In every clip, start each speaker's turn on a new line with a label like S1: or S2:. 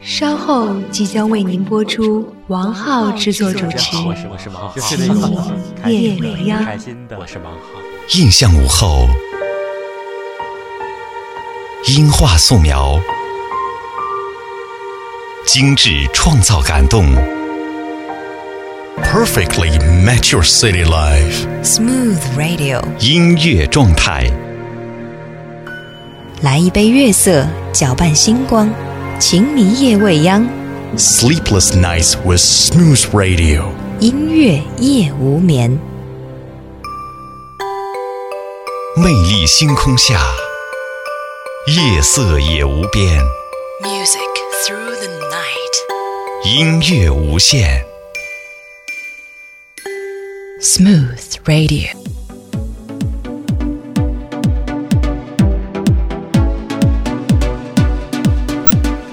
S1: 稍后即将为您播出王浩制作主持
S2: 我是我是王浩，
S1: 就是那个我开心的夜未央
S2: 开心的，我是王浩。
S3: 印象午后，音画素描，精致创造感动。Perfectly match your city life。
S4: Smooth Radio，
S3: 音乐状态，
S4: 来一杯月色，搅拌星光，情迷夜未央，
S3: Sleepless nights with smooth radio。
S4: 音乐夜无眠。
S3: 魅力星空下，夜色也无边，
S4: Music through the night.
S3: 音乐无限。
S4: Smooth Radio.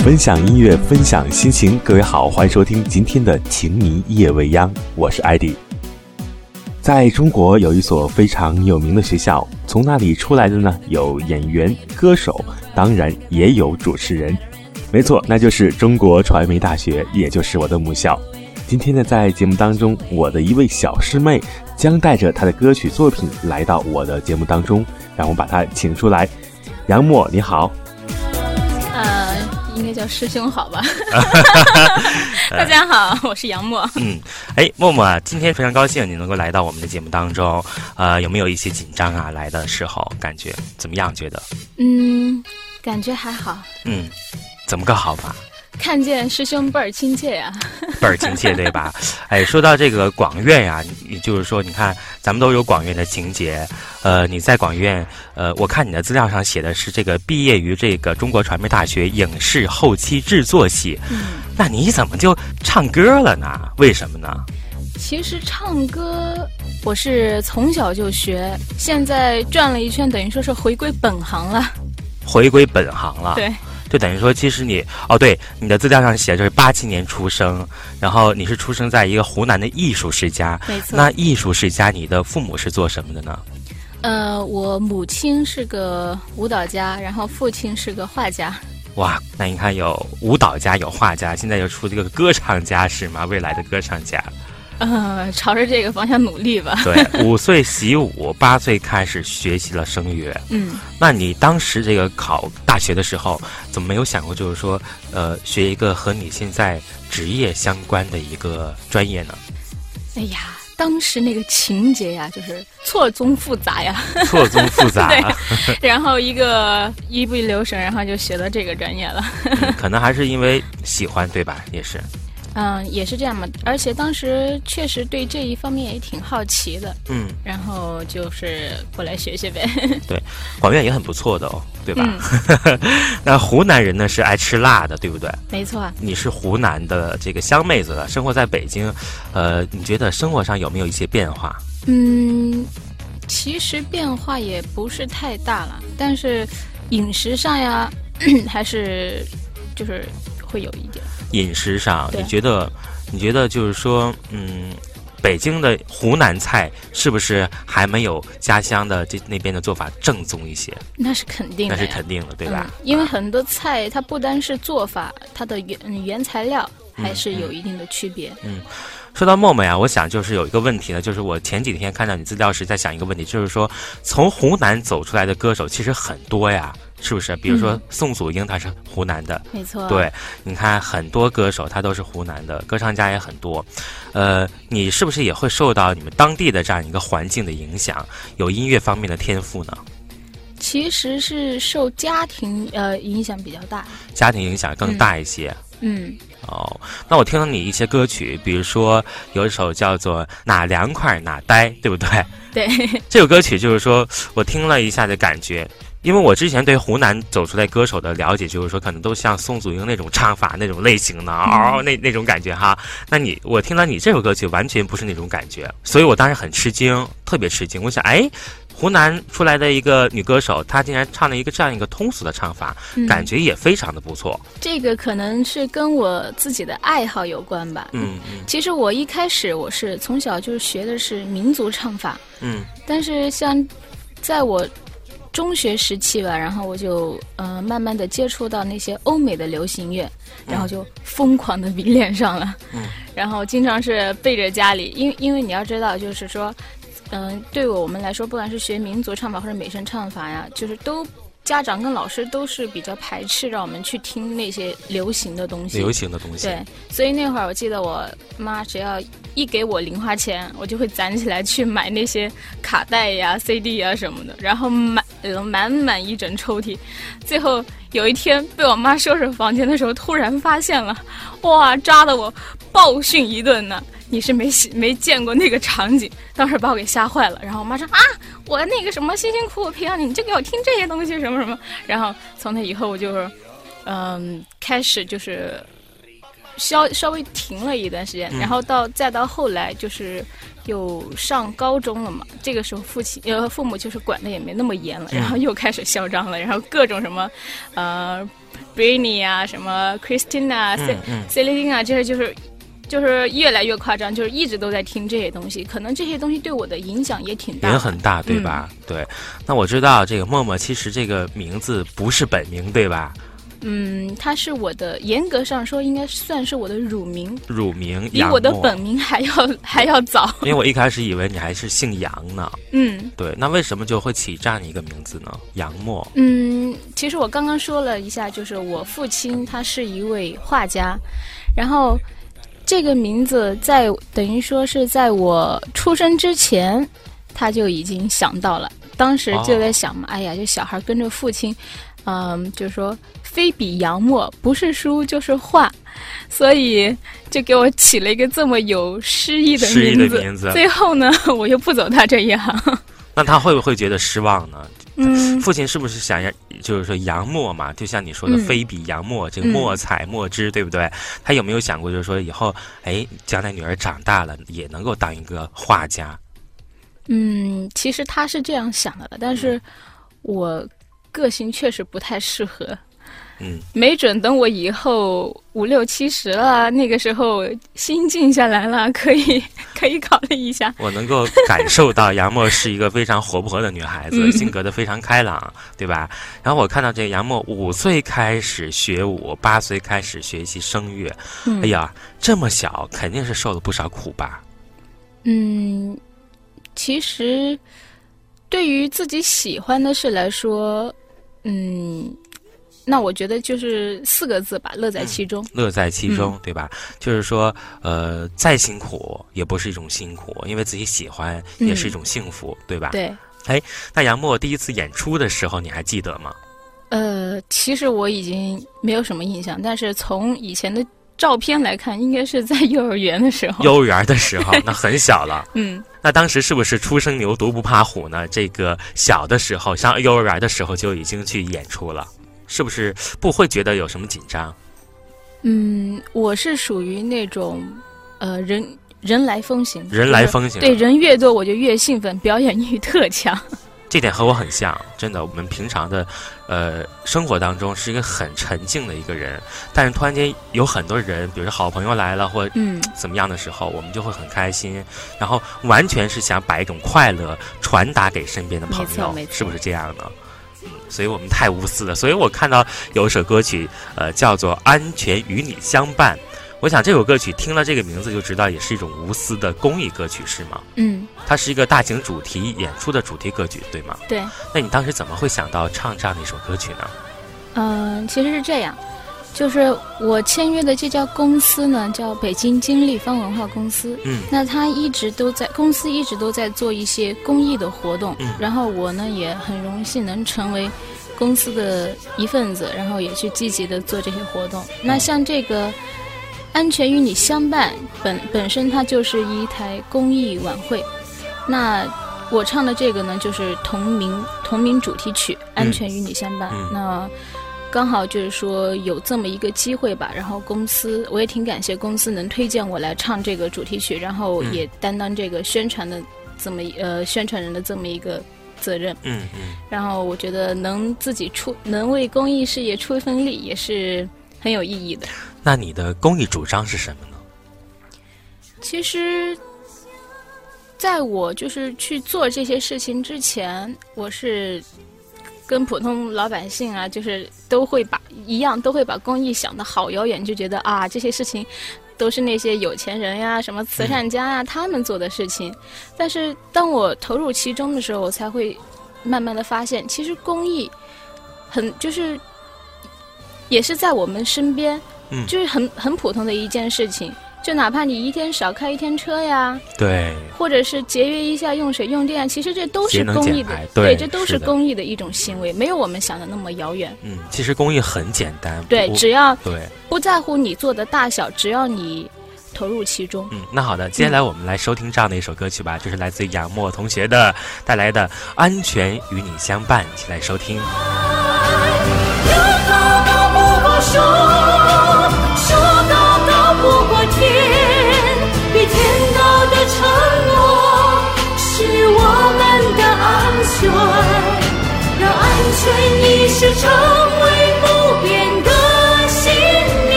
S2: 分享音乐，分享心情。各位好，欢迎收听今天的《情迷夜未央》，我是艾迪。在中国有一所非常有名的学校，从那里出来的呢有演员、歌手，当然也有主持人。没错，那就是中国传媒大学，也就是我的母校。今天呢，在节目当中，我的一位小师妹将带着她的歌曲作品来到我的节目当中，让我把她请出来。杨默，你好。
S5: 呃，应该叫师兄好吧？大家好，我是杨默。
S6: 哎，默默啊，今天非常高兴你能够来到我们的节目当中，呃，有没有一些紧张啊？来的时候感觉怎么样？觉得，
S5: 嗯，感觉还好，
S6: 嗯，怎么个好法？
S5: 看见师兄倍儿亲切呀、
S6: 倍儿亲切，对吧？哎，说到这个广院呀、你就是说，你看咱们都有广院的情节，呃，你在广院，呃，我看你的资料上写的是这个毕业于这个中国传媒大学影视后期制作系，那你怎么就唱歌了呢？为什么呢？
S5: 其实唱歌我是从小就学，现在转了一圈，等于说是回归本行了。
S6: 回归本行了，
S5: 对，
S6: 就等于说，其实你哦，对，你的资料上写就是八七年出生，然后你是出生在一个湖南的艺术世家。
S5: 没错。
S6: 那艺术世家，你的父母是做什么的呢？
S5: 呃，我母亲是个舞蹈家，然后父亲是个画家。
S6: 哇，那你看有舞蹈家，有画家，现在又出这个歌唱家是吗？未来的歌唱家，
S5: 呃，朝着这个方向努力吧。
S6: 对，五岁习武，八岁开始学习了声乐。
S5: 嗯，
S6: 那你当时这个考大学的时候，怎么没有想过就是说，呃，学一个和你现在职业相关的一个专业呢？
S5: 哎呀，当时那个情节呀，就是错综复杂呀。
S6: 错综复杂，啊
S5: 对，然后一个一不留神，然后就学到这个专业了。
S6: 嗯可能还是因为喜欢，对吧？也是，
S5: 嗯，也是这样嘛。而且当时确实对这一方面也挺好奇的，
S6: 嗯，
S5: 然后就是过来学学呗。
S6: 广院也很不错的哦，对吧？
S5: 嗯，
S6: 那湖南人呢是爱吃辣的，对不对？
S5: 没错。啊
S6: 你是湖南的这个湘妹子了，生活在北京，呃，你觉得生活上有没有一些变化？
S5: 嗯，其实变化也不是太大了，但是饮食上呀， 还是就是会有一点。
S6: 饮食上，
S5: 对
S6: 你觉得，你觉得就是说，嗯，北京的湖南菜是不是还没有家乡的这那边的做法正宗一些？
S5: 那是肯定
S6: 那
S5: 的呀，
S6: 是肯定的，对吧？啊
S5: 嗯？因为很多菜它不单是做法，它的原嗯原材料还是
S6: 嗯
S5: 有一定的区别。
S6: 说到默默呀，我想就是有一个问题呢，就是我前几天看到你资料时在想一个问题，就是说从湖南走出来的歌手其实很多呀，是不是？比如说
S5: 嗯
S6: 宋祖英，她是湖南的，
S5: 没错，，啊
S6: 对，你看很多歌手他都是湖南的，歌唱家也很多，呃，你是不是也会受到你们当地的这样一个环境的影响，有音乐方面的天赋呢？
S5: 其实是受家庭呃影响比较大。
S6: 家庭影响更大一些。
S5: 嗯，
S6: 哦，那我听到你一些歌曲，比如说有一首叫做《哪凉快哪呆》，对不对？
S5: 对，
S6: 这首歌曲就是说我听了一下的感觉，因为我之前对湖南走出来歌手的了解，就是说可能都像宋祖英那种唱法那种类型的，
S5: 嗯
S6: 哦，那那种感觉哈。那你我听到你这首歌曲完全不是那种感觉，所以我当时很吃惊，特别吃惊。我想，哎，湖南出来的一个女歌手，她竟然唱了一个这样一个通俗的唱法，
S5: 嗯
S6: 感觉也非常的不错。
S5: 这个可能是跟我自己的爱好有关吧。，
S6: 嗯嗯
S5: 其实我一开始我是从小就是学的是民族唱法，
S6: 嗯
S5: 但是像在我中学时期吧，然后我就嗯、呃慢慢的接触到那些欧美的流行乐，然后就疯狂的迷恋上了。
S6: 嗯，
S5: 然后经常是背着家里，因因为你要知道，就是说，嗯、对我们来说，不管是学民族唱法或者美声唱法呀，就是都。家长跟老师都是比较排斥让我们去听那些流行的东西，
S6: 流行的东西。
S5: 对，所以那会儿我记得我妈只要一给我零花钱，我就会攒起来去买那些卡带呀、CD 呀什么的，然后满呃满满一整抽屉。最后有一天被我妈收拾房间的时候，突然发现了，哇，扎的我暴训一顿呢。你是没没见过那个场景，当时把我给吓坏了。然后我妈说啊，我那个什么辛辛苦苦培养你，你就给我听这些东西什么什么。然后从那以后我就是，嗯、开始就是稍稍微停了一段时间，
S6: 嗯
S5: 然后到再到后来就是有上高中了嘛，这个时候父亲呃父母就是管的也没那么严了，
S6: 嗯
S5: 然后又开始嚣张了，然后各种什么呃 Britney 啊，什么 Christina、啊
S6: 嗯嗯
S5: Selina 啊这些就是。就是越来越夸张，就是一直都在听这些东西，可能这些东西对我的影响也挺大嗯
S6: 也
S5: 的。
S6: 很大，对吧？对，那我知道这个默默其实这个名字不是本名，对吧？
S5: 嗯，它是我的，严格上说应该算是我的乳名，
S6: 乳名
S5: 比
S6: 杨
S5: 我的
S6: 默
S5: 本，名还要还要早。
S6: 因为我一开始以为你还是姓杨呢。
S5: 嗯
S6: 对，那为什么就会起这样一个名字呢？杨默，
S5: 嗯，其实我刚刚说了一下，就是我父亲他是一位画家，然后这个名字在等于说是在我出生之前他就已经想到了，当时就在想嘛，哎呀，这小孩跟着父亲，嗯，就说非笔杨墨不是书就是画，所以就给我起了一个这么有诗意的
S6: 诗意的
S5: 名字。
S6: 名字
S5: 最后呢，我又不走他这一 行。
S6: 那他会不会觉得失望呢？
S5: 嗯，
S6: 父亲是不是想要，就是说杨墨嘛，就像你说的
S5: 嗯
S6: 非笔杨墨，这个
S5: 嗯
S6: 墨采墨汁，对不对？他有没有想过，就是说以后，哎，将来女儿长大了也能够当一个画家？
S5: 嗯，其实他是这样想的，但是我个性确实不太适合。
S6: 嗯，
S5: 没准等我以后五六七十了，那个时候心静下来了，可以可以考虑一下。
S6: 我能够感受到杨默是一个非常活泼的女孩子，
S5: 嗯
S6: 性格的非常开朗，对吧？然后我看到这个杨默五岁开始学舞，八岁开始学习声乐，
S5: 嗯
S6: 哎呀，这么小肯定是受了不少苦吧？
S5: 嗯，其实对于自己喜欢的事来说，嗯，那我觉得就是四个字吧，乐在其中。
S6: 乐在其
S5: 嗯
S6: 中，对吧？就是说，呃，再辛苦也不是一种辛苦，因为自己喜欢也是一种幸福，对吧？。
S5: 嗯对，
S6: 那杨默第一次演出的时候，你还记得吗？
S5: 呃，其实我已经没有什么印象，但是从以前的照片来看，应该是在幼儿园的时候。
S6: 幼儿园的时候，那很小了。
S5: 嗯，
S6: 那当时是不是初生牛犊不怕虎呢？这个小的时候，上幼儿园的时候就已经去演出了，是不是不会觉得有什么紧张？
S5: 嗯，我是属于那种，呃，人人来疯型，
S6: 人来疯型，
S5: 就是对，人越多我就越兴奋，表演欲特强。
S6: 这点和我很像，真的。我们平常的，呃，生活当中是一个很沉静的一个人，但是突然间有很多人，比如说好朋友来了或
S5: 嗯
S6: 怎么样的时候，我们就会很开心，然后完全是想把一种快乐传达给身边的朋
S5: 没错
S6: 友
S5: 没，错
S6: 是不是这样呢？嗯，所以我们太无私了。所以我看到有一首歌曲，呃，叫做《安全与你相伴》。我想这首歌曲听了这个名字就知道，也是一种无私的公益歌曲，是吗？
S5: 嗯，
S6: 它是一个大型主题演出的主题歌曲，对吗？
S5: 对。
S6: 那你当时怎么会想到唱这样的一首歌曲呢？
S5: 嗯，其实是这样，就是我签约的这家公司呢，叫北京金立方文化公司。
S6: 嗯
S5: 那他一直都在公司一直都在做一些公益的活动，
S6: 嗯
S5: 然后我呢也很荣幸能成为公司的一份子，然后也去积极的做这些活
S6: 嗯
S5: 动。那像这个。安全与你相伴，本本身它就是一台公益晚会。那我唱的这个呢，就是同名同名主题曲《安全与你相伴》。
S6: 嗯
S5: 那刚好就是说有这么一个机会吧，然后公司我也挺感谢公司能推荐我来唱这个主题曲，然后
S6: 嗯
S5: 也担当这个宣传的这么一呃宣传人的这么一个责任。
S6: 嗯嗯，
S5: 然后我觉得能自己出能为公益事业出一份力，也是很有意义的。
S6: 那你的公益主张是什么呢？
S5: 其实，在我就是去做这些事情之前，我是跟普通老百姓啊，就是都会把一样，都会把公益想得好遥远，就觉得啊，这些事情都是那些有钱人呀、什么慈善家呀、他们做的事情。但是当我投入其中的时候，我才会慢慢的发现，其实公益很就是也是在我们身边，
S6: 嗯
S5: 就是很很普通的一件事情。就哪怕你一天少开一天车呀，
S6: 对，
S5: 或者是节约一下用水用电，其实这都
S6: 节
S5: 是
S6: 能
S5: 公
S6: 减
S5: 益的
S6: 排，对
S5: 对，这都
S6: 是
S5: 是
S6: 的
S5: 公益的一种行为，没有我们想的那么遥远。
S6: 嗯，其实公益很简单，
S5: 对，
S6: 我
S5: 只要
S6: 对，
S5: 不在乎你做的大小，只要你投入其中。
S6: 嗯，那好的，接下来我们来收听这样的一首歌曲吧，这是来自杨默同学的带来的《安全与你相伴》，一起来收听。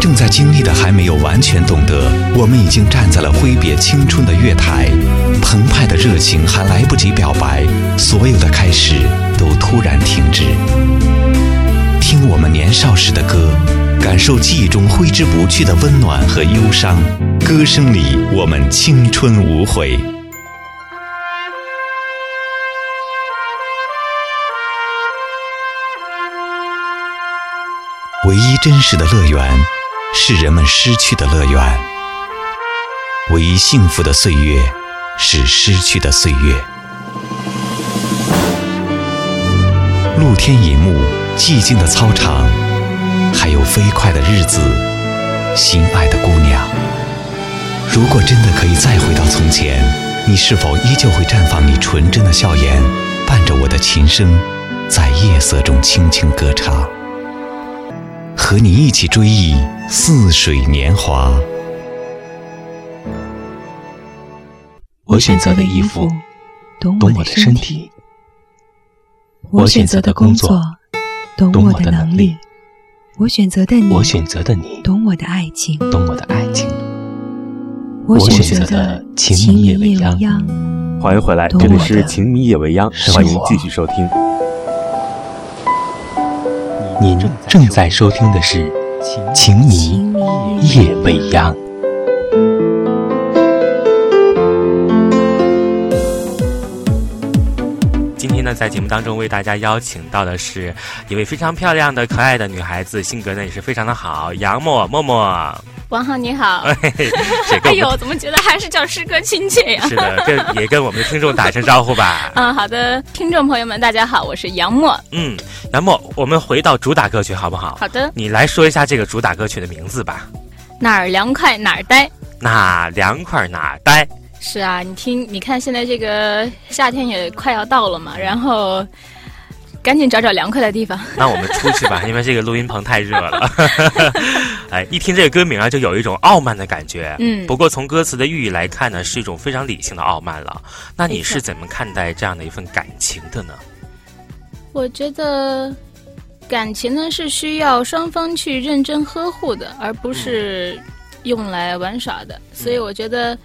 S3: 正在经历的还没有完全懂得，我们已经站在了挥别青春的月台，澎湃的热情还来不及表白，所有的开始都突然停止。听我们年少时的歌，感受记忆中挥之不去的温暖和忧伤，歌声里我们青春无悔。唯一真实的乐园，是人们失去的乐园；唯一幸福的岁月，是失去的岁月。露天银幕，寂静的操场，还有飞快的日子，心爱的姑娘。如果真的可以再回到从前，你是否依旧会绽放你纯真的笑颜，伴着我的琴声，在夜色中轻轻歌唱？和你一起追忆似水年华。
S1: 我选择的衣服，懂
S7: 懂
S1: 我
S7: 我
S1: 的
S7: 的
S1: 身
S7: 身
S1: 体
S7: 体；
S1: 我
S7: 我
S1: 选
S7: 选
S1: 择
S7: 择
S1: 的
S7: 的
S1: 工
S7: 工
S1: 作
S7: 作，
S1: 懂
S7: 懂
S1: 我
S7: 我
S1: 的
S7: 的
S1: 能
S7: 能
S1: 力
S7: 力；
S1: 我选择的你，
S7: 我选择的你，
S1: 懂我的爱情；
S7: 懂我的爱情。
S1: 我
S7: 我
S1: 选
S7: 选
S1: 择
S7: 择
S1: 的
S7: 的情
S1: 情
S7: 迷
S1: 迷
S7: 夜未
S1: 夜未
S7: 央
S1: 央。
S2: 欢迎回来，
S1: 懂
S2: 这里
S1: 我
S2: 是
S1: 的
S2: 情迷夜未央，
S7: 生
S2: 欢迎
S7: 活
S2: 继续收听。
S7: 您正在收听的是《情迷夜未央》。
S6: 今天呢，在节目当中为大家邀请到的是一位非常漂亮的、可爱的女孩子，性格呢也是非常的好，杨默默默。
S5: 王浩你好，
S6: 这个
S5: 哎呦，怎么觉得还是叫师哥亲切 呀？
S6: 是的，跟也跟我们的听众打声招呼吧。
S5: 嗯，啊好的，听众朋友们，大家好，我是杨默。
S6: 嗯，杨默，我们回到主打歌曲好不好？
S5: 好的，
S6: 你来说一下这个主打歌曲的名字吧。
S5: 哪儿凉快哪儿待。
S6: 哪凉快哪呆，
S5: 是啊，你听，你看现在这个夏天也快要到了嘛，然后赶紧找找凉快的地方。
S6: 那我们出去吧，因为这个录音棚太热 了。哎，一听这个歌名啊，就有一种傲慢的感觉。
S5: 嗯
S6: 不过从歌词的寓意来看呢，是一种非常理性的傲慢了。那你
S5: 没错
S6: 是怎么看待这样的一份感情的呢？
S5: 我觉得感情呢是需要双方去认真呵护的，而不是用来玩耍的。
S6: 嗯
S5: 所以我觉得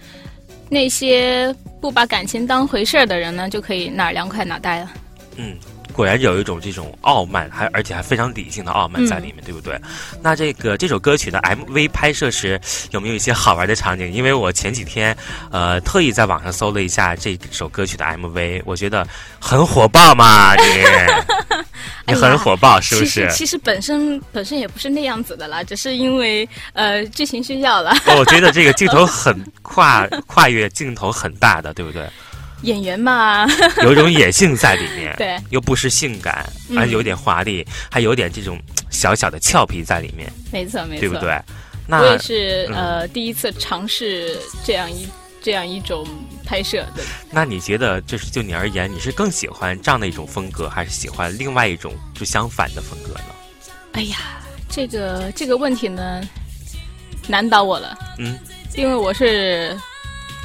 S5: 那些不把感情当回事儿的人呢，就可以哪儿凉快哪儿待了。
S6: 嗯，果然有一种这种傲慢，还而且还非常理性的傲慢
S5: 嗯
S6: 在里面，对不对？那这个这首歌曲的 MV 拍摄时有没有一些好玩的场景？因为我前几天呃特意在网上搜了一下这首歌曲的 MV，我觉得很火爆嘛， 你你
S5: 哎
S6: 很
S5: 呀
S6: 火爆是不
S5: 其
S6: 是
S5: 实？其实本身本身也不是那样子的啦，只是因为呃剧情需要啦，
S6: 我觉得这个镜头很跨跨越镜头很大的，对不对？
S5: 演员嘛，
S6: 有一种野性在里面，
S5: 对，
S6: 又不失性感，
S5: 嗯
S6: 还有点华丽，还有点这种小小的俏皮在里面，
S5: 没错没错，
S6: 对不？对？那
S5: 我也是
S6: 嗯
S5: 呃第一次尝试这样一这样一种拍摄的。
S6: 那你觉得，就是就你而言，你是更喜欢这样的一种风格，还是喜欢另外一种就相反的风格呢？
S5: 哎呀，这个这个问题呢，难倒我了。
S6: 嗯，
S5: 因为我是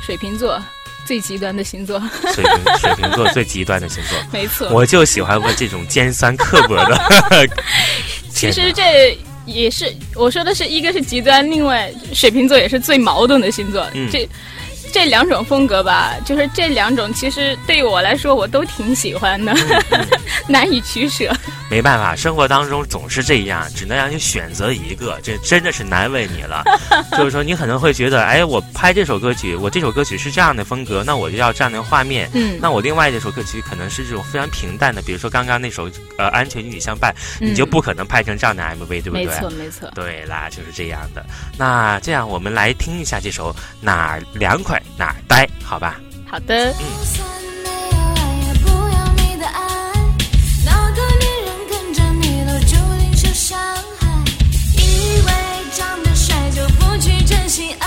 S5: 水瓶座，最极端的星座，
S6: 水瓶水瓶座最极端的星座。
S5: 没错。
S6: 我就喜欢问这种尖酸刻薄的。
S5: 其实这也是我说的是一个是极端，另外水瓶座也是最矛盾的星座。
S6: 嗯
S5: 这这两种风格吧，就是这两种，其实对我来说我都挺喜欢的，
S6: 嗯
S5: 难以取舍。
S6: 没办法，生活当中总是这样，只能让你选择一个，这真的是难为你 了。就是说，你可能会觉得，哎，我拍这首歌曲，我这首歌曲是这样的风格，那我就要这样的画面。
S5: 嗯
S6: 那我另外一首歌曲可能是这种非常平淡的，比如说刚刚那首呃《安全与你相伴》，你就
S5: 嗯
S6: 不可能拍成这样的 MV，对不对？
S5: 没错，没错。
S6: 对啦，就是这样的。那这样我们来听一下这首《哪儿凉快哪儿呆》，好吧？
S5: 好的，
S8: 就算没有爱，也不要你的爱。那个女人跟着你都注定受伤害，以为长得帅就不去真心爱，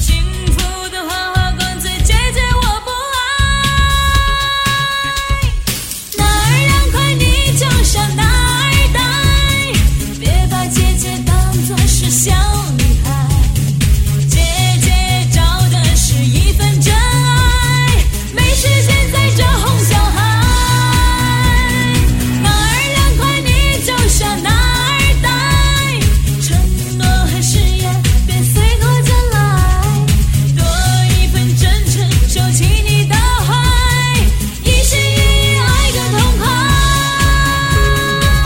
S8: 幸福的花花公子姐姐我不爱。哪儿凉快你就上哪儿待，别把姐姐当作是小女孩。姐姐找的是一份真爱，没时间在这哄小孩。哪儿凉快你就上哪儿待，承诺和誓言别随口就来，多一份真诚收起你的怀，一心一意爱个痛快。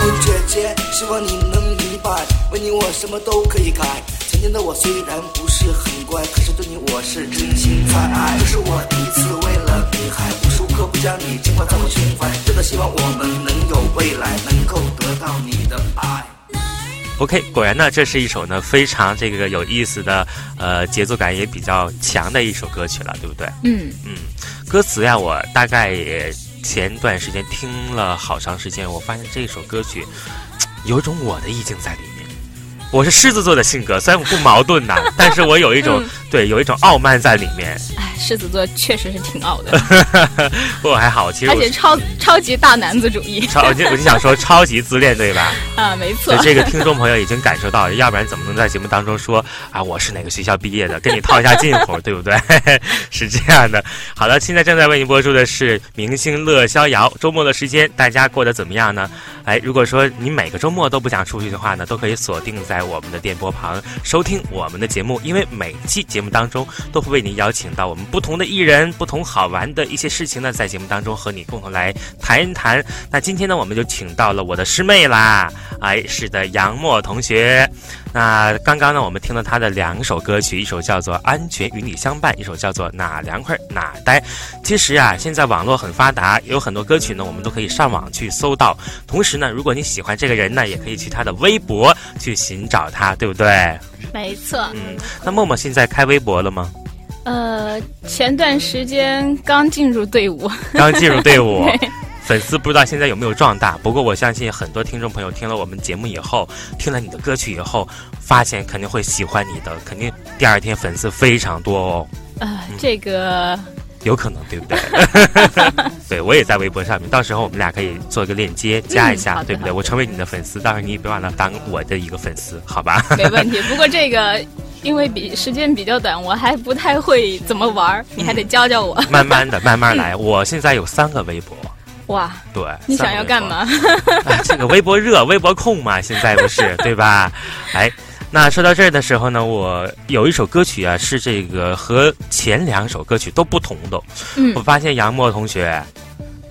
S9: 哦，姐姐，希望你能明白，为你我什么都可以改。曾经的我虽然不是很乖，可是对你我是真心在爱。这是我第一次为了你还无时无刻不将你牵挂在我胸怀，真的希望我们能有未来，能够得到你的爱。
S6: OK，果然呢，这是一首呢非常这个有意思的，呃，节奏感也比较强的一首歌曲了，对不对？
S5: 嗯，
S6: 嗯，歌词呀，我大概也前段时间听了好长时间，我发现这首歌曲有种我的意境在里面。我是狮子座的性格，虽然我不矛盾呐、但是我有一种、 对有一种傲慢在里面。
S5: 哎，狮子座确实是挺 傲的，
S6: 不过还好，其实
S5: 而
S6: 我
S5: 且超超级大男子主义
S6: 超，我就我就想说超级自恋，对吧？
S5: 啊，没
S6: 所
S5: 错
S6: 以。这个听众朋友已经感受到了，要不然怎么能在节目当中说啊我是哪个学校毕业的，跟你套一下近乎，对不 对？是这样的。好了，现在正在为您播出的是《明星乐逍遥》，周末的时间大家过得怎么样呢？哎，如果说你每个周末都不想出去的话呢，都可以锁定在我们的电波旁收听我们的节目，因为每期节目当中都会为您邀请到我们不同的艺人、不同好玩的一些事情呢，在节目当中和你共同来谈一谈。那今天呢，我们就请到了我的师妹啦，哎，是的，杨默同学。那刚刚呢，我们听了她的两首歌曲，一首叫做《安全与你相伴》，一首叫做《哪凉快哪呆》。其实啊，现在网络很发达，有很多歌曲呢，我们都可以上网去搜到。同时呢，如果你喜欢这个人呢，也可以去他的微博去寻找他，对不对？
S5: 没错，
S6: 嗯，那默默现在开微博了 吗？
S5: 呃，前段时间刚进入队伍，
S6: 刚进入队伍。粉丝不知道现在有没有壮大，不过我相信很多听众朋友听了我们节目以后，听了你的歌曲以后，发现肯定会喜欢你的，肯定第二天粉丝非常多哦，
S5: 呃，这个
S6: 有可能对 不对？对我也在微博上面，到时候我们俩可以做一个链接加一
S5: 嗯
S6: 下，
S5: 好的
S6: 对不对？
S5: 好的
S6: 我成为你的粉丝，到时候你也别忘了当我的一个粉丝，好吧？
S5: 没问题。不过这个因为比时间比较短，我还不太会怎么玩儿，你还得教教我。
S6: 慢慢的，慢慢 来。我现在有三个微博，
S5: 哇，
S6: 对，
S5: 你
S6: 三
S5: 想
S6: 个
S5: 要
S6: 微博
S5: 干 嘛？
S6: 啊，这个微博热，微博控嘛，现在不是对 吧？哎，那说到这儿的时候呢，我有一首歌曲啊，是这个和前两首歌曲都不同的。
S5: 嗯
S6: 我发现杨默同学，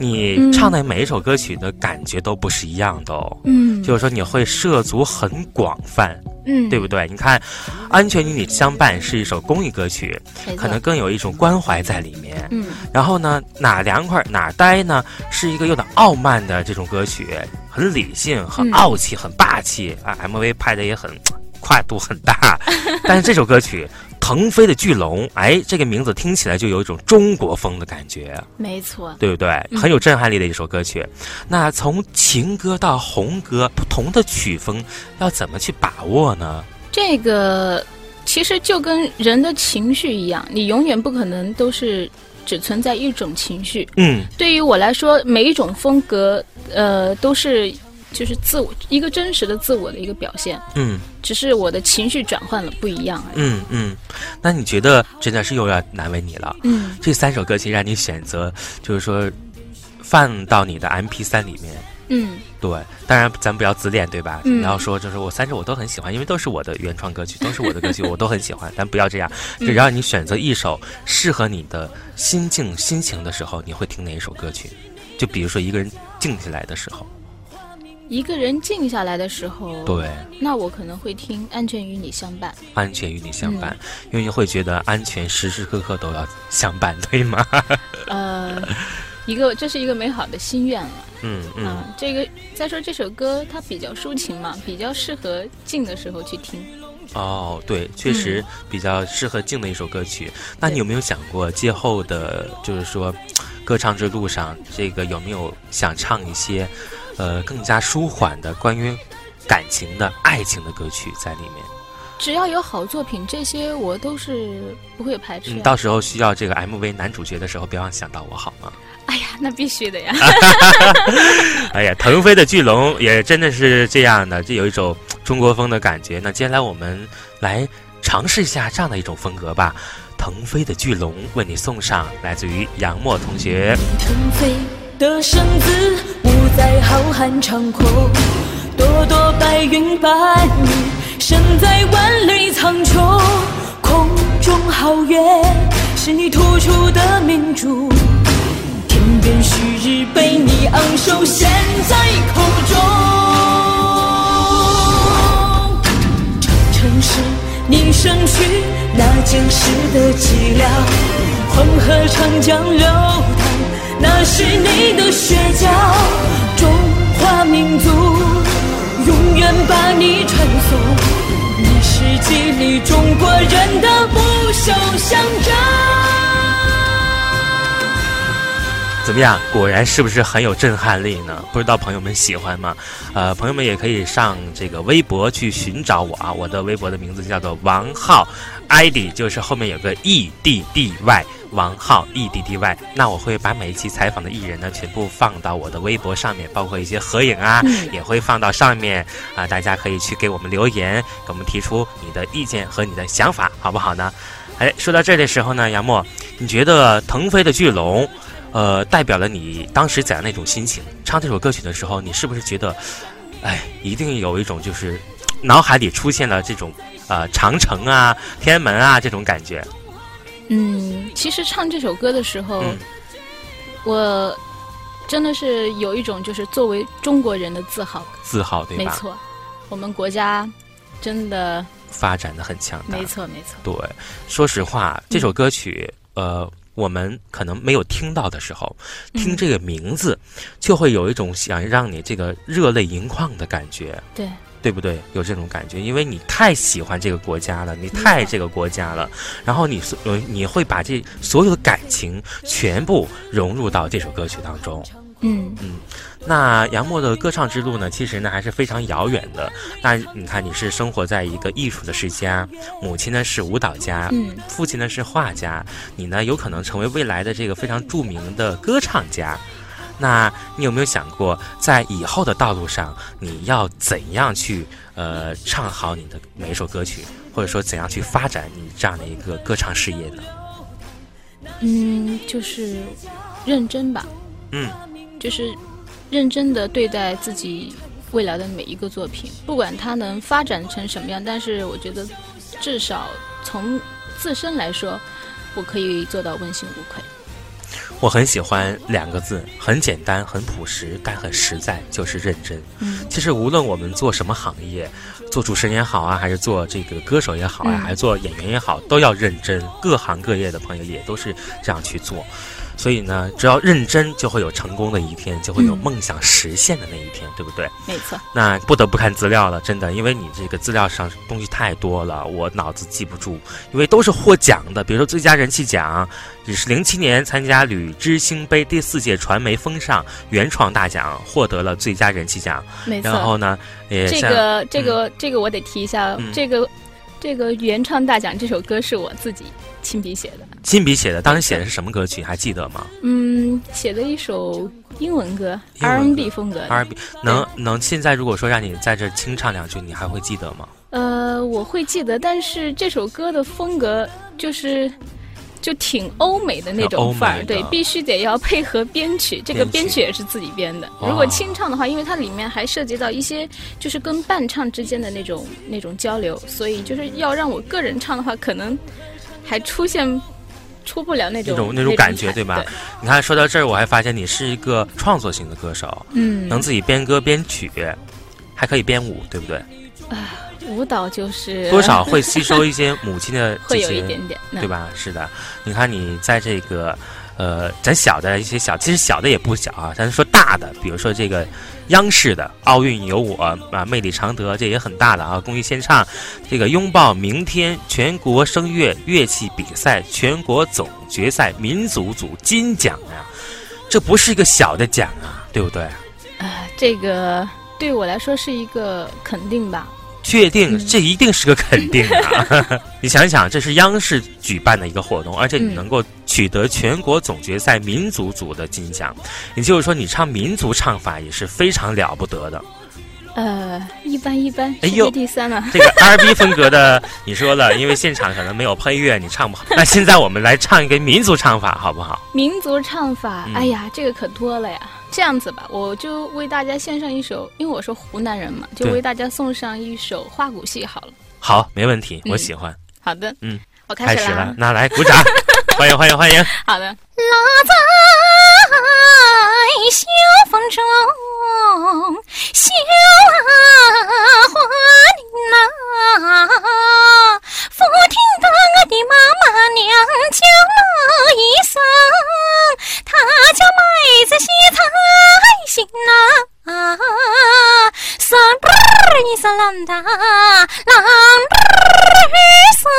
S6: 你唱的每一首歌曲的感觉都不是一样的哦。
S5: 嗯
S6: 就是说你会涉足很广泛，
S5: 嗯，
S6: 对不对？你看，《安全与你相伴》是一首公益歌曲，
S5: 没错
S6: 可能更有一种关怀在里面。
S5: 嗯
S6: 然后呢，哪凉快哪呆呢，是一个有点傲慢的这种歌曲，很理性、很
S5: 嗯
S6: 傲气、很霸气啊。MV 拍的也很跨度很大，但是这首歌曲《腾飞的巨龙》，哎，这个名字听起来就有一种中国风的感觉，
S5: 没错，
S6: 对不对？很有震撼力的一首歌曲。那从情歌到红歌，不同的曲风要怎么去把握呢？
S5: 这个其实就跟人的情绪一样，你永远不可能都是只存在一种情绪。
S6: 嗯
S5: 对于我来说，每一种风格，呃，都是就是自我一个真实的自我的一个表现，
S6: 嗯
S5: 只是我的情绪转换了不一样而已。
S6: 嗯嗯，那你觉得真的是又要难为你了？
S5: 嗯，
S6: 这三首歌其实让你选择，就是说放到你的 M P 三里面。
S5: 嗯，
S6: 对，当然咱不要自恋，对吧？
S5: 嗯
S6: 你要说就是我三首我都很喜欢，因为都是我的原创歌曲，都是我的歌曲，我都很喜欢。咱不要这样，只要你选择一首适合你的心境、心情的时候，你会听哪一首歌曲？就比如说一个人静下来的时候，
S5: 一个人静下来的时候，
S6: 对，
S5: 那我可能会听《安全与你相伴》。
S6: 安全与你相伴，因为你会觉得安全时时刻刻都要相伴，对吗？
S5: 呃，一个这是一个美好的心愿了。
S6: 嗯嗯，
S5: 啊，这个再说这首歌它比较抒情嘛，比较适合静的时候去听。
S6: 哦，对，确实比较适合静的一首歌曲。那你有没有想过，今后的就是说，歌唱之路上，这个有没有想唱一些，呃，更加舒缓的关于感情的、爱情的歌曲在里面？
S5: 只要有好作品，这些我都是不会排斥
S6: 你
S5: 啊的。
S6: 嗯到时候需要这个 MV 男主角的时候，别忘想到我好吗？
S5: 哎呀，那必须的呀。
S6: 啊 哎呀，腾飞的巨龙也真的是这样的，这有一种中国风的感觉。那接下来我们来尝试一下这样的一种风格吧。腾飞的巨龙为你送上来自于杨默同学。
S8: 腾飞的身姿，舞在浩瀚长空，朵朵白云伴你，身在万里苍穹。空中皓月，是你突出的明珠，天边旭日被你昂首衔在口中。城市你身躯那坚实的脊梁，黄河长江流淌，那是你的血浆。中华民族永远把你传颂，你是激励中国人的不朽象征。
S6: 怎么样？果然是不是很有震撼力呢？不知道朋友们喜欢吗？呃，朋友们也可以上这个微博去寻找我啊，我的微博的名字叫做王浩，ID 就是后面有个 E D D Y。王浩 E D D Y，那我会把每一期采访的艺人呢，全部放到我的微博上面，包括一些合影啊，也会放到上面啊、大家可以去给我们留言，给我们提出你的意见和你的想法，好不好呢？哎，说到这的时候呢，杨默，你觉得腾飞的巨龙呃，代表了你当时怎样的一种心情？唱这首歌曲的时候，你是不是觉得，哎，一定有一种就是呃脑海里出现了这种呃长城啊、天安门啊这种感觉？
S5: 嗯，其实唱这首歌的时候，
S6: 嗯
S5: 我真的是有一种就是作为中国人的自豪。
S6: 自豪对
S5: 没
S6: 吧？
S5: 错，我们国家真的
S6: 发展的很强大
S5: 没。错没错。
S6: 对，说实话，这首歌曲，呃，我们可能没有听到的时候，听
S5: 嗯
S6: 这个名字，就会有一种想让你这个热泪盈眶的感觉。
S5: 对，
S6: 对不对？有这种感觉，因为你太喜欢这个国家了，你太这个国家了，然后你所呃你会把这所有的感情全部融入到这首歌曲当中。
S5: 嗯，
S6: 那杨默的歌唱之路呢，其实呢还是非常遥远的。那你看，你是生活在一个艺术的世家，母亲呢是舞蹈家，
S5: 嗯
S6: 父亲呢是画家，你呢有可能成为未来的这个非常著名的歌唱家。那你有没有想过，在以后的道路上，你要怎样去呃唱好你的每一首歌曲，或者说怎样去发展你这样的一个歌唱事业呢？
S5: 嗯，就是认真吧，
S6: 嗯，
S5: 就是认真的对待自己未来的每一个作品，不管它能发展成什么样，但是我觉得至少从自身来说，我可以做到问心无愧。
S6: 我很喜欢两个字，很简单，很朴实，但很实在，就是认真。
S5: 嗯
S6: 其实无论我们做什么行业，做主持人也好啊，还是做这个歌手也好啊，
S5: 嗯
S6: 还是做演员也好，都要认真。各行各业的朋友也都是这样去做。所以呢，只要认真，就会有成功的一天，就会有
S5: 嗯
S6: 梦想实现的那一天，对不对？
S5: 没错，
S6: 那不得不看资料了，真的，因为你这个资料上东西太多了，我脑子记不住，因为都是获奖的，比如说最佳人气奖，你是零七年参加吕之星杯第四届传媒风尚原创大奖，获得了最佳人气奖，
S5: 没
S6: 然
S5: 错。
S6: 后呢，也
S5: 这
S6: 像
S5: 个这个、这个我得提一下，
S6: 嗯
S5: 这个这个原创大奖这首歌是我自己亲笔写的，
S6: 亲笔写的，当时写的是什么歌曲？还记得吗
S5: 嗯，写的一首英文歌
S6: 英文歌
S5: ，R&B 风格的。
S6: ？R&B 能能现在如果说让你在这儿清唱两句，你还会记得吗？
S5: 呃，我会记得，但是这首歌的风格就是就挺欧美的那种范
S6: 欧美的
S5: 儿，对，必须得要配合编曲，这个
S6: 编
S5: 编
S6: 曲
S5: 曲也是自己编的。
S6: 哇
S5: 如果清唱的话，因为它里面还涉及到一些就是跟伴唱之间的那种那种交流，所以就是要让我个人唱的话，可能还出现。出不了那种
S6: 那种那
S5: 那
S6: 种感觉，
S5: 对
S6: 对吧？你看，说到这儿，我还发现你是一个创作型的歌手，
S5: 嗯，
S6: 能自己编歌编曲，还可以编舞，对不对？
S5: 舞蹈就是
S6: 多少会吸收一些母亲 的这
S5: 会有一
S6: 些，
S5: 点点，
S6: 对吧？是的，你看你在这个，呃，咱小的一些小，其实小的也不小啊。咱说大的，比如说这个央视的奥运有我啊，魅力常德，这也很大的啊。公益献唱，这个拥抱明天全国声乐乐器比赛全国总决赛民族组金奖啊，这不是一个小的奖啊，对不对？
S5: 啊，这个对我来说是一个肯定吧。
S6: 确定，
S5: 嗯
S6: 这一定是个肯定 啊！你想想，这是央视举办的一个活动，而且你
S5: 嗯
S6: 能够取得全国总决赛民族组的金奖，也就是说，你唱民族唱法也是非常了不得的。
S5: 呃，一般一般，
S6: 哎
S5: 世
S6: 呦
S5: 界第三了。
S6: 这 个 R&B 风格的，你说了，因为现场可能没有配乐，你唱不 好。那现在我们来唱一个民族唱法，好不好？
S5: 民族唱法，
S6: 嗯
S5: 哎呀，这个可多了呀。这样子吧，我就为大家献上一首，因为我是湖南人嘛，就
S6: 对
S5: 为大家送上一首花鼓戏好了。
S6: 好，没问题，
S5: 嗯
S6: 我喜欢。
S5: 好的，
S6: 嗯，
S5: 我
S6: 开
S5: 开
S6: 始
S5: 始啊啦。
S6: 了，那来 鼓掌，欢迎欢迎欢迎！
S5: 好的，
S8: 落在秋风中，绣啊花翎呐，不听得我的妈妈娘叫我一声，她叫妹子西菜心呐，三不一声啷哒，啷不一声，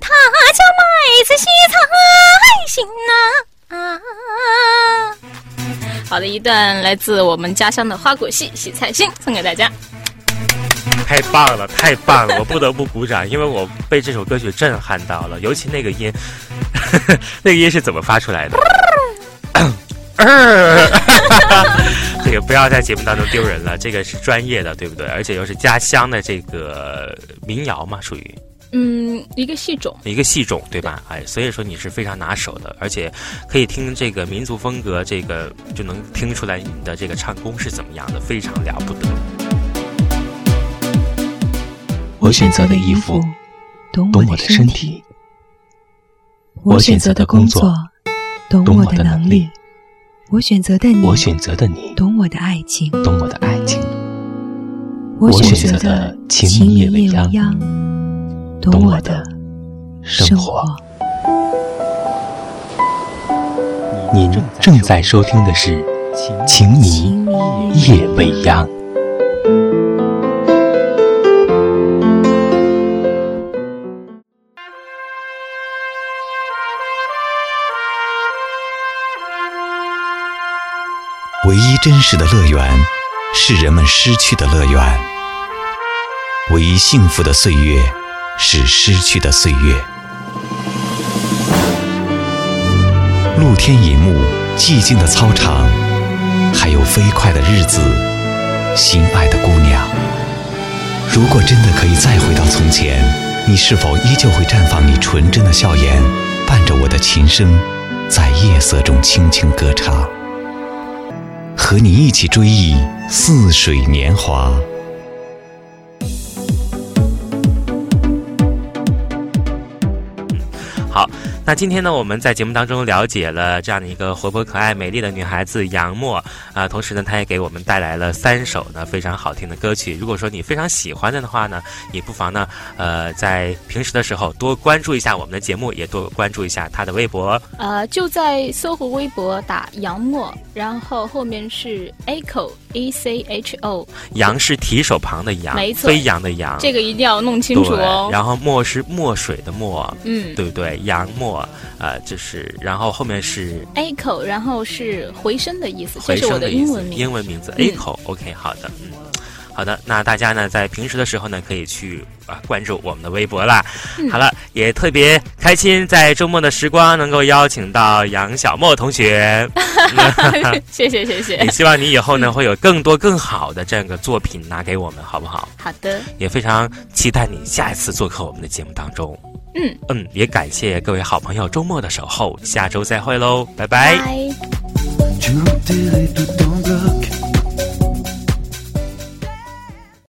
S8: 她叫妹子西菜心呐。啊！
S5: 好的，一段来自我们家乡的花鼓戏《洗菜心》送给大家。
S6: 太棒了，太棒了！我 不得不鼓掌，因为我被这首歌曲震撼到了，尤其那个音， 那个音是怎么发出来的？呃这个不要在节目当中丢人了，这个是专业的，对不对？而且又是家乡的这个民谣嘛，属于
S5: 嗯，一个戏种，
S6: 一个戏种，对吧？哎，所以说你是非常拿手的，而且可以听这个民族风格，这个就能听出来你的这个唱功是怎么样的，非常了不得。
S7: 我选择的衣服
S1: 懂
S7: 懂
S1: 我
S7: 我
S1: 的
S7: 的
S1: 身
S7: 身
S1: 体
S7: 体，；
S1: 我选择的工作懂
S7: 懂
S1: 我
S7: 我
S1: 的
S7: 的
S1: 能
S7: 能
S1: 力
S7: 力；
S1: 我选择的你
S7: 我选择的你，
S1: 懂我的爱情；
S7: 懂我的爱情；
S1: 我
S7: 我
S1: 选
S7: 选
S1: 择
S7: 择
S1: 的
S7: 的
S1: 情
S7: 情
S1: 迷
S7: 迷
S1: 夜
S7: 夜
S1: 未
S7: 未央
S1: 央，懂
S7: 懂
S1: 我
S7: 我
S1: 的
S7: 的
S1: 生
S7: 生
S1: 活
S7: 活。。
S2: 您正在收听的是《情迷夜未央》。
S3: 唯一真实的乐园，是人们失去的乐园；唯一幸福的岁月，是失去的岁月。露天银幕，寂静的操场，还有飞快的日子，心爱的姑娘。如果真的可以再回到从前，你是否依旧会绽放你纯真的笑颜，伴着我的琴声，在夜色中轻轻歌唱？和你一起追忆似水年华。
S6: 那今天呢，我们在节目当中了解了这样的一个活泼、可爱、美丽的女孩子杨默啊、同时呢，她也给我们带来了三首呢非常好听的歌曲。如果说你非常喜欢的话呢，也不妨呢，呃，在平时的时候多关注一下我们的节目，也多关注一下她的微博。
S5: 呃，就在搜狐微博打杨默，然后后面是 echo e c h o，
S6: 杨是提手旁的杨，
S5: 没错
S6: 飞扬的扬，
S5: 这
S6: 个
S5: 个一定要弄清楚哦。
S6: 然后墨是墨水的墨，
S5: 嗯
S6: 对不对？杨墨，呃，这是，然后后面是
S5: ，echo，然后是回声的意思，
S6: 回
S5: 这是我
S6: 声
S5: 的
S6: 意
S5: 英
S6: 思
S5: 文，名。
S6: 英文名字
S5: 嗯
S6: Echo。OK，好的，嗯。好的，那大家呢在平时的时候呢，可以去啊关注我们的微博啦。
S5: 嗯
S6: 好了，也特别开心，在周末的时光能够邀请到杨小莫同 学，
S5: 谢谢谢谢
S6: 也，希望你以后呢会有更多更好的这样的作品拿给我们，好不好？
S5: 好的，
S6: 也非常期待你下一次做客我们的节目当中。
S5: 嗯
S6: 嗯，也感谢各位好朋友周末的守候，下周再会喽，拜拜
S5: 拜。
S6: 哎
S10: Tu montais les doutes en bloc